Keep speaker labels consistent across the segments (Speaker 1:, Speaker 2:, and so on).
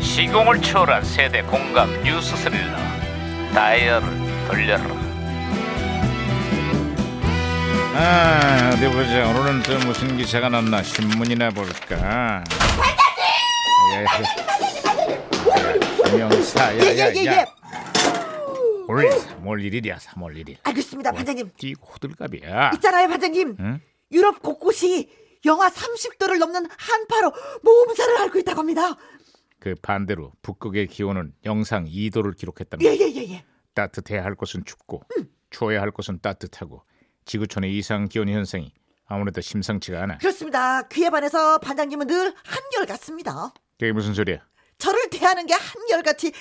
Speaker 1: 시공을 초월한 세대 공감 뉴스 스릴러 다이얼을 돌려라 아 어디 보자 오늘은 또 무슨 기사가 났나 신문이나 볼까 반장님 명사
Speaker 2: 예예예 예, 예.
Speaker 1: 야야야 오늘 3월 1일이야 3월 1일
Speaker 2: 알겠습니다 반장님
Speaker 1: 띠 호들갑이야
Speaker 2: 있잖아요 반장님
Speaker 1: 응?
Speaker 2: 유럽 곳곳이 영하 30도를 넘는 한파로 모음사를 앓고 있다고 합니다
Speaker 1: 그 반대로 북극의 기온은 영상 2도를 기록했단 말이야
Speaker 2: 예예예예
Speaker 1: 따뜻해야 할 곳은 춥고 추워야 할 곳은 따뜻하고 지구촌의 이상 기온 현상이 아무래도 심상치가 않아.
Speaker 2: 그렇습니다 그에 반해서 반장님은 늘 한결같습니다
Speaker 1: 그게 무슨 소리야?
Speaker 2: 저를 대하는 게 한결같이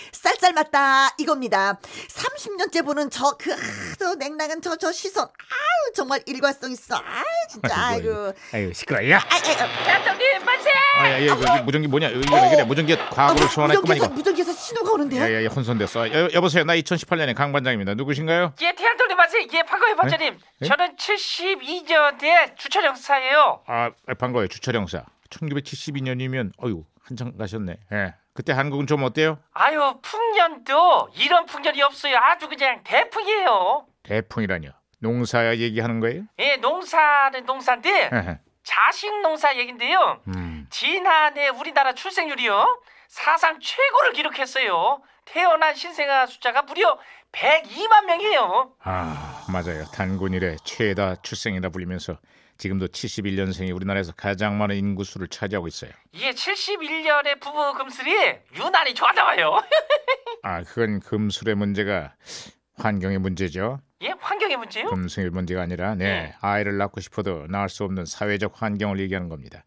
Speaker 2: 쌀쌀맞다 이겁니다 30년째 보는 저 그 아주 냉랭한 저 저 시선 아우 정말 일관성 있어 아우 진짜 아이고
Speaker 1: 아이고 시끄러야.
Speaker 2: 아이, 아이, 아이.
Speaker 1: 아야 이거 이거 무전기 뭐냐? 이거 왜 그래? 무전기 과거를 소환했구만
Speaker 2: 아, 무전기에서
Speaker 1: 이거.
Speaker 2: 무전기에서 신호가 오는데요
Speaker 1: 야야야 혼선됐어. 여, 여보세요. 나 2018년의 강 반장입니다. 누구신가요?
Speaker 3: 예, 태양돌이 맞아요. 예, 반가워요, 박자님.
Speaker 1: 네?
Speaker 3: 저는 72년대 주철 형사예요.
Speaker 1: 아 아, 반가워요. 주철 형사. 1972년이면 어유 한참 가셨네. 예. 그때 한국은 좀 어때요?
Speaker 3: 아유, 풍년도 이런 풍년이 없어요. 아주 그냥 대풍이에요.
Speaker 1: 대풍이라뇨. 농사 얘기하는 거예요?
Speaker 3: 예, 농사는 농사인데
Speaker 1: 에헤.
Speaker 3: 자식 농사 얘긴데요.
Speaker 1: 음.
Speaker 3: 지난해 우리나라 출생률이요. 사상 최고를 기록했어요. 태어난 신생아 숫자가 무려 102만 명이에요.
Speaker 1: 아 맞아요 단군 이래 최다 출생이라 불리면서 지금도 71년생이 우리나라에서 가장 많은 인구수를 차지하고 있어요
Speaker 3: 이게 71년의 부부 금슬이 유난히 좋았나 봐요.
Speaker 1: 아 그건 금술의 문제가 환경의 문제죠
Speaker 3: 예, 환경의 문제요?
Speaker 1: 금수의 문제가 아니라 네 아이를 낳고 싶어도 낳을 수 없는 사회적 환경을 얘기하는 겁니다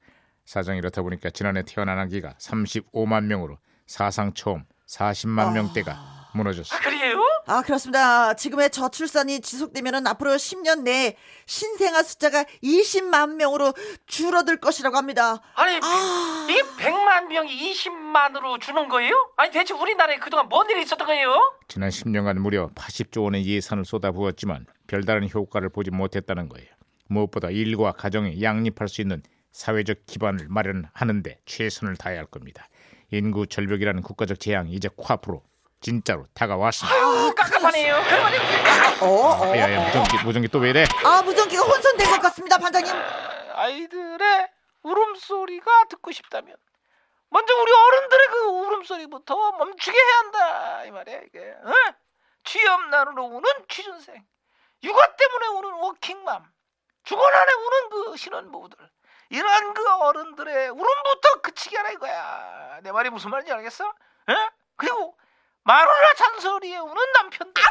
Speaker 1: 사정이 이렇다 보니까 지난해 태어난 아기가 35만 명으로 사상 처음 40만 명대가 무너졌어요
Speaker 3: 그래요?
Speaker 2: 아 그렇습니다. 지금의 저출산이 지속되면 앞으로 10년 내에 신생아 숫자가 20만 명으로 줄어들 것이라고 합니다.
Speaker 3: 아니
Speaker 2: 아.
Speaker 3: 이게 100만 명이 20만으로 주는 거예요? 아니 대체 우리나라에 그동안 뭔 일이 있었던 거예요?
Speaker 1: 지난 10년간 무려 80조 원의 예산을 쏟아부었지만 별다른 효과를 보지 못했다는 거예요. 무엇보다 일과 가정에 양립할 수 있는 사회적 기반을 마련하는데 최선을 다해야 할 겁니다. 인구 절벽이라는 국가적 재앙이 이제 코앞으로 진짜로 다가왔습니다.
Speaker 3: 아유 깜깜하네요. 그러면
Speaker 2: 어, 어.
Speaker 1: 야야 무전기 무전기 또 왜 이래?
Speaker 2: 아 무전기가 혼선된 것 같습니다, 반장님.
Speaker 3: 아이들의 울음소리가 듣고 싶다면 먼저 우리 어른들의 그 울음소리부터 멈추게 해야 한다 이 말이야 이게. 응? 취업난으로 우는 취준생, 육아 때문에 우는 워킹맘, 주거난에 우는 그 신혼부부들 이런 그 어른들의 울음부터 그치게 하라 이거야. 내 말이 무슨 말인지 알겠어? 응? 그리고 마누라 잔소리에 우는 남편들.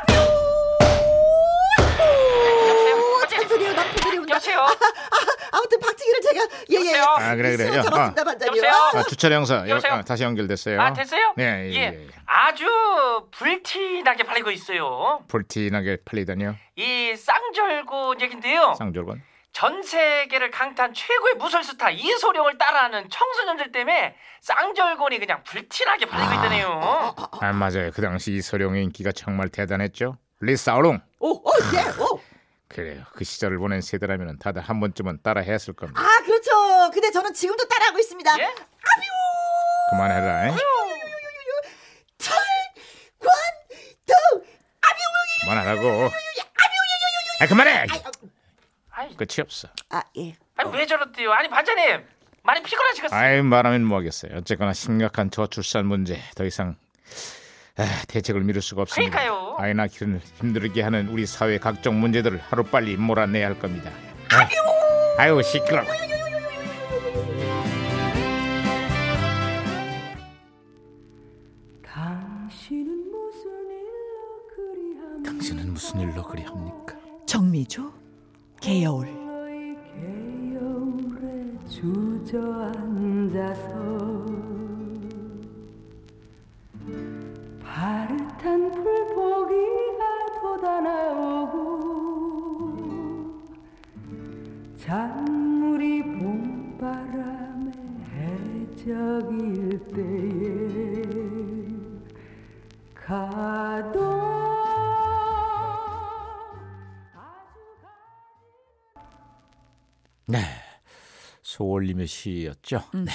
Speaker 2: 오, 잔소리요 남편들이 온다.
Speaker 3: 여보세요?
Speaker 2: 아, 아, 아무튼 박치기를 제가 예예.
Speaker 3: 여보세요?
Speaker 1: 아, 그래, 그래. 여-
Speaker 2: 들었습니다,
Speaker 1: 아.
Speaker 2: 반장님.
Speaker 3: 여보세요?
Speaker 2: 아,
Speaker 1: 아, 주철 형사 여-
Speaker 3: 여보세요?
Speaker 1: 아, 다시 연결됐어요.
Speaker 3: 아 됐어요?
Speaker 1: 네, 예, 예, 예.
Speaker 3: 아주 불티나게 팔리고 있어요.
Speaker 1: 볼티나게 팔리다니요.
Speaker 3: 이 쌍절곤 얘긴데요.
Speaker 1: 쌍절곤.
Speaker 3: 전 세계를 강타한 최고의 무술 스타 이소룡을 따라하는 청소년들 때문에 쌍절곤이 그냥 불티나게 팔리고
Speaker 1: 아.
Speaker 3: 있다네요.
Speaker 1: 아 맞아요. 그 당시 이소룡의 인기가 정말 대단했죠. 리사오롱.
Speaker 2: 오, 오, 예, 오.
Speaker 1: 그래요. 그 시절을 보낸 세대라면 다들 한 번쯤은 따라 했을 겁니다.
Speaker 2: 아 그렇죠. 근데 저는 지금도 따라하고 있습니다.
Speaker 3: 예?
Speaker 1: 그만해라. 잉?
Speaker 2: 철권도
Speaker 1: 그만하라고. 아 그만해.
Speaker 3: 아이,
Speaker 1: 끝이 없어.
Speaker 2: 아 예.
Speaker 3: 아니 왜 저렇대요? 아니 반장님 많이 피곤하시겠어요?
Speaker 1: 아이 말하면 뭐하겠어요. 어쨌거나 심각한 저출산 문제 더 이상 아, 대책을 미룰 수가 없습니다.
Speaker 3: 그러니까요.
Speaker 1: 아이 낳기를 힘들게 하는 우리 사회 각종 문제들을 하루 빨리 몰아내야 할 겁니다. 아, 아유 시끄러. 워
Speaker 4: 당신은 무슨 일로 그리함
Speaker 1: 당신은 무슨 일로 그리 합니까?
Speaker 2: 정미조 개여울.
Speaker 4: 너의 개울에 주저앉아서 파릇한 풀포기가 돋아나오고 잔물이 봄바람에 해적일 때에 가도 아주 가
Speaker 1: 네. 소월님의 시였죠. 네.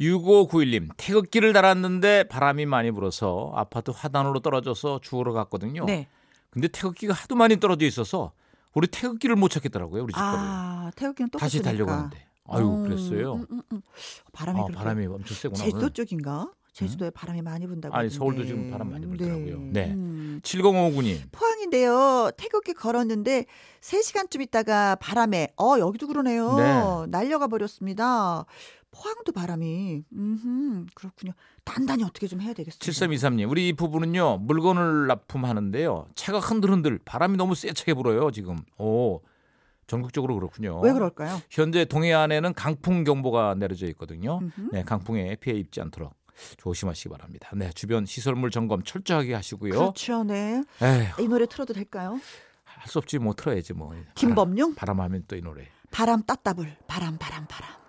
Speaker 1: 6591님 태극기를 달았는데 바람이 많이 불어서 아파트 화단으로 떨어져서 죽으러 갔거든요.
Speaker 2: 네.
Speaker 1: 근데 태극기가 하도 많이 떨어져 있어서 우리 태극기를 못 찾겠더라고요. 우리 집 거를.
Speaker 2: 아, 태극기는
Speaker 1: 다시
Speaker 2: 똑같으니까.
Speaker 1: 달려가는데. 아유
Speaker 2: 음,
Speaker 1: 그랬어요.
Speaker 2: 음, 음, 음. 바람이
Speaker 1: 아,
Speaker 2: 그렇게
Speaker 1: 바람이 엄청 세구나.
Speaker 2: 제주도
Speaker 1: 오늘.
Speaker 2: 쪽인가? 제주도에 바람이 많이 분다고.
Speaker 1: 아니, 서울도
Speaker 2: 하던데.
Speaker 1: 지금 바람 많이 불더라고요. 네.
Speaker 2: 음.
Speaker 1: 7059님.
Speaker 2: 포항인데요. 태극기 걸었는데 3시간쯤 있다가 바람에 어 여기도 그러네요.
Speaker 1: 네.
Speaker 2: 날려가 버렸습니다. 포항도 바람이 음 그렇군요. 단단히 어떻게 좀 해야 되겠어요.
Speaker 1: 7323님, 우리 부부는요, 물건을 납품하는데요, 차가 흔들흔들 바람이 너무 세차게 불어요, 지금. 오, 전국적으로 그렇군요.
Speaker 2: 왜 그럴까요?
Speaker 1: 현재 동해안에는 강풍 경보가 내려져 있거든요.
Speaker 2: 음흠.
Speaker 1: 네, 강풍에 피해 입지 않도록 조심하시기 바랍니다. 네, 주변 시설물 점검 철저하게 하시고요.
Speaker 2: 그렇죠, 네.
Speaker 1: 에휴,
Speaker 2: 이 노래 틀어도 될까요?
Speaker 1: 할 수 없지, 뭐 틀어야지 뭐.
Speaker 2: 김범용
Speaker 1: 바람, 바람하면 또 이 노래.
Speaker 2: 바람 따따블 바람 바람 바람.